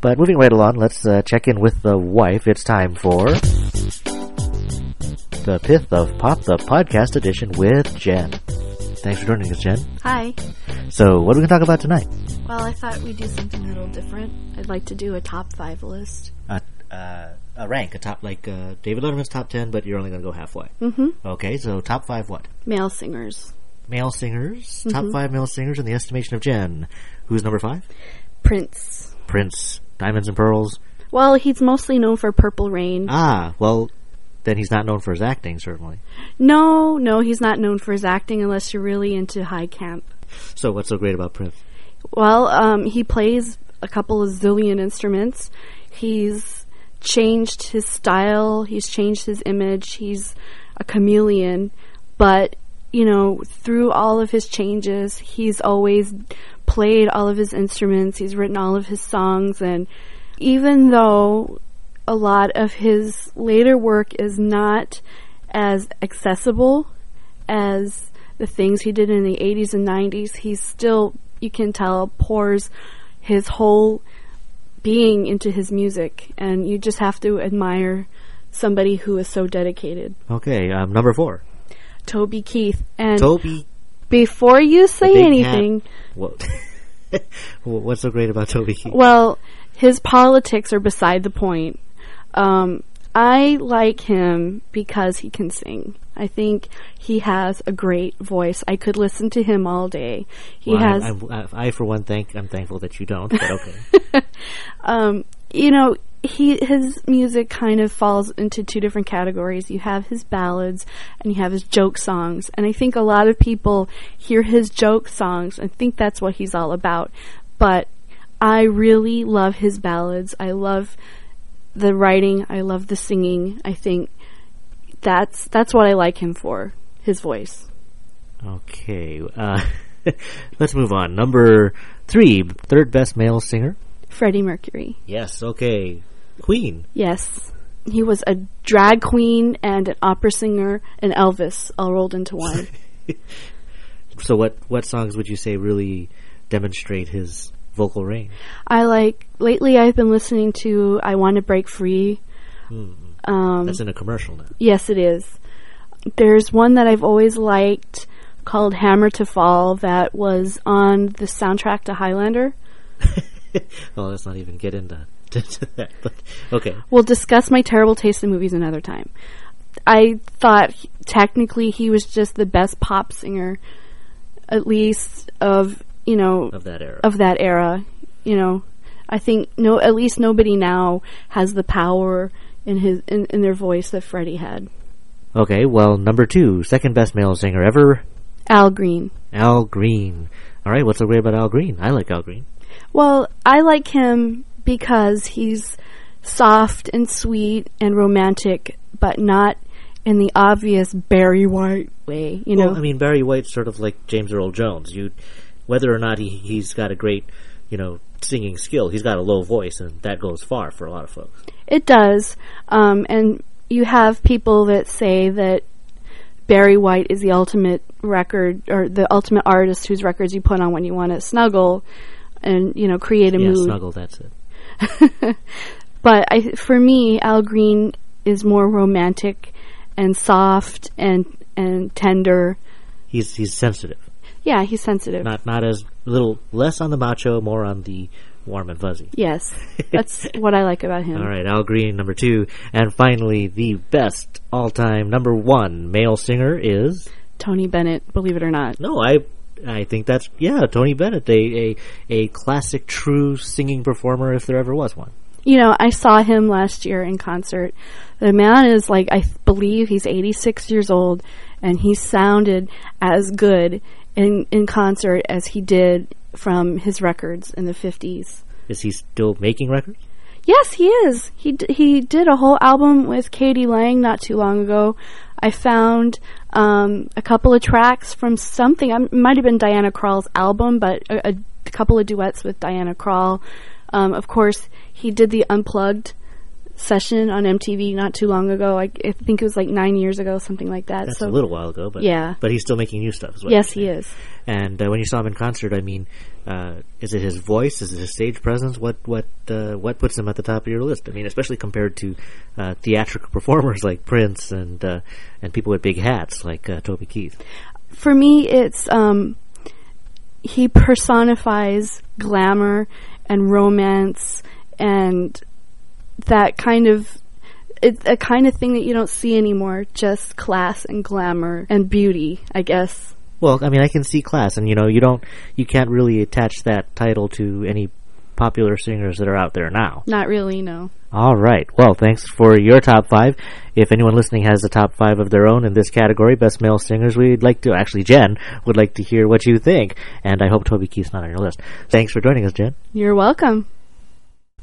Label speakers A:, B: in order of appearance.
A: But moving right along, let's uh, check in with the wife. It's time for the Pith of Pop, the podcast edition with Jen. Thanks for joining us, Jen.
B: Hi.
A: So, what are we going to talk about tonight?
B: Well, I thought we'd do something a little different. I'd like to do a top five list.
A: Uh, uh, a rank, a top like uh, David Letterman's top ten, but you're only going to go halfway.
B: Mm-hmm.
A: Okay, so top five what?
B: Male singers.
A: Male singers, top five male singers in the estimation of Jen. Who's number five?
B: Prince.
A: Prince, Diamonds and Pearls.
B: Well, he's mostly known for Purple Rain.
A: Ah, well, then he's not known for his acting, certainly.
B: no, no, he's not known for his acting unless you're really into High Camp.
A: So, what's so great about Prince?
B: Well, um, he plays a couple of zillion instruments. He's changed his style. He's changed his image. He's a chameleon. But, you know, through all of his changes, he's always played all of his instruments. He's written all of his songs. And even though a lot of his later work is not as accessible as the things he did in the 80s and 90s, he still, you can tell, pours his whole being into his music. And you just have to admire somebody who is so dedicated.
A: Okay, um, number four,
B: Toby Keith. And
A: Toby.
B: before you say
A: big
B: anything,
A: What? What's so great about Toby Keith?
B: well, his politics are beside the point. Um, I like him because he can sing. I think he has a great voice. I could listen to him all day. He
A: Well,
B: has
A: I'm, I'm, I, for one, thank I'm thankful that you don't. But okay,
B: Um, you know he his music kind of falls into two different categories you have his ballads and you have his joke songs and i think a lot of people hear his joke songs and think that's what he's all about but i really love his ballads i love the writing i love the singing i think that's that's what i like him for his voice
A: okay. Uh, let's move on. Number three, third best male singer.
B: freddie mercury
A: Yes. Okay. Queen.
B: yes he was a drag queen and an opera singer and elvis all rolled into one
A: So what? What songs would you say really demonstrate his vocal range?
B: I like lately. I've been listening to "I Want to Break Free." Um,
A: That's in a commercial now.
B: Yes, it is. There's one that I've always liked called "Hammer to Fall" that was on the soundtrack to Highlander.
A: Well, let's not even get into to, to that. But okay.
B: We'll discuss my terrible taste in movies another time. I thought he- technically he was just the best pop singer, at least of you know
A: Of that era.
B: of that era. You know, I think no, at least nobody now has the power in his in, in their voice that Freddie had.
A: Okay. Well, number two, second best male singer ever,
B: Al Green.
A: Al Green. All right. What's so great about Al Green? I like Al Green.
B: Well, I like him because he's soft and sweet and romantic, but not in the obvious Barry White way. You know,
A: Well, I mean, Barry White's sort of like James Earl Jones. You, whether or not he he's got a great, you know, singing skill, he's got a low voice, and that goes far for a lot of folks.
B: it does. Um, and you have people that say that Barry White is the ultimate record or the ultimate artist whose records you put on when you want to snuggle and you know create a
A: Yeah,
B: mood.
A: snuggle. That's it.
B: but I, for me, Al Green is more romantic and soft and and tender.
A: He's he's sensitive.
B: Yeah, he's sensitive.
A: Not not as little less on the macho, more on the warm and fuzzy.
B: yes, that's what I like about him.
A: All right, Al Green, number two, and finally the best all-time number one male singer is
B: Tony Bennett, believe it or not.
A: no, I. I think that's yeah, Tony Bennett, a, a a classic true singing performer if there ever was one.
B: You know, I saw him last year in concert. The man is like, I believe he's 86 years old, and he sounded as good in, in concert as he did from his records in the 50s.
A: Is he still making records?
B: Yes, he is. He d- he did a whole album with Katie Lang not too long ago. I found um, a couple of tracks from something. um, It might have been Diana Krall's album, but a, a couple of duets with Diana Krall. Um, of course, he did the Unplugged session on MTV not too long ago. I, I think it was like nine years ago, something like that.
A: That's
B: so
A: a little while ago, but
B: Yeah.
A: But he's still making new stuff as well.
B: yes, he is.
A: And uh, when you saw him in concert, I mean, uh, is it his voice? Is it his stage presence? What what uh, what puts him at the top of your list? I mean, especially compared to uh, theatrical performers like Prince and uh, and people with big hats like uh, Toby Keith.
B: For me, it's um, he personifies glamour and romance and that kind of it's a kind of thing that you don't see anymore. Just class and glamour and beauty, I guess.
A: Well, I mean, I can see class, and you know, you don't, you can't really attach that title to any popular singers that are out there now.
B: Not really, no.
A: All right. Well, thanks for your top five. If anyone listening has a top five of their own in this category, best male singers, we'd like to, actually, Jen would like to hear what you think, and I hope Toby Keith's not on your list. Thanks for joining us, Jen.
B: You're welcome.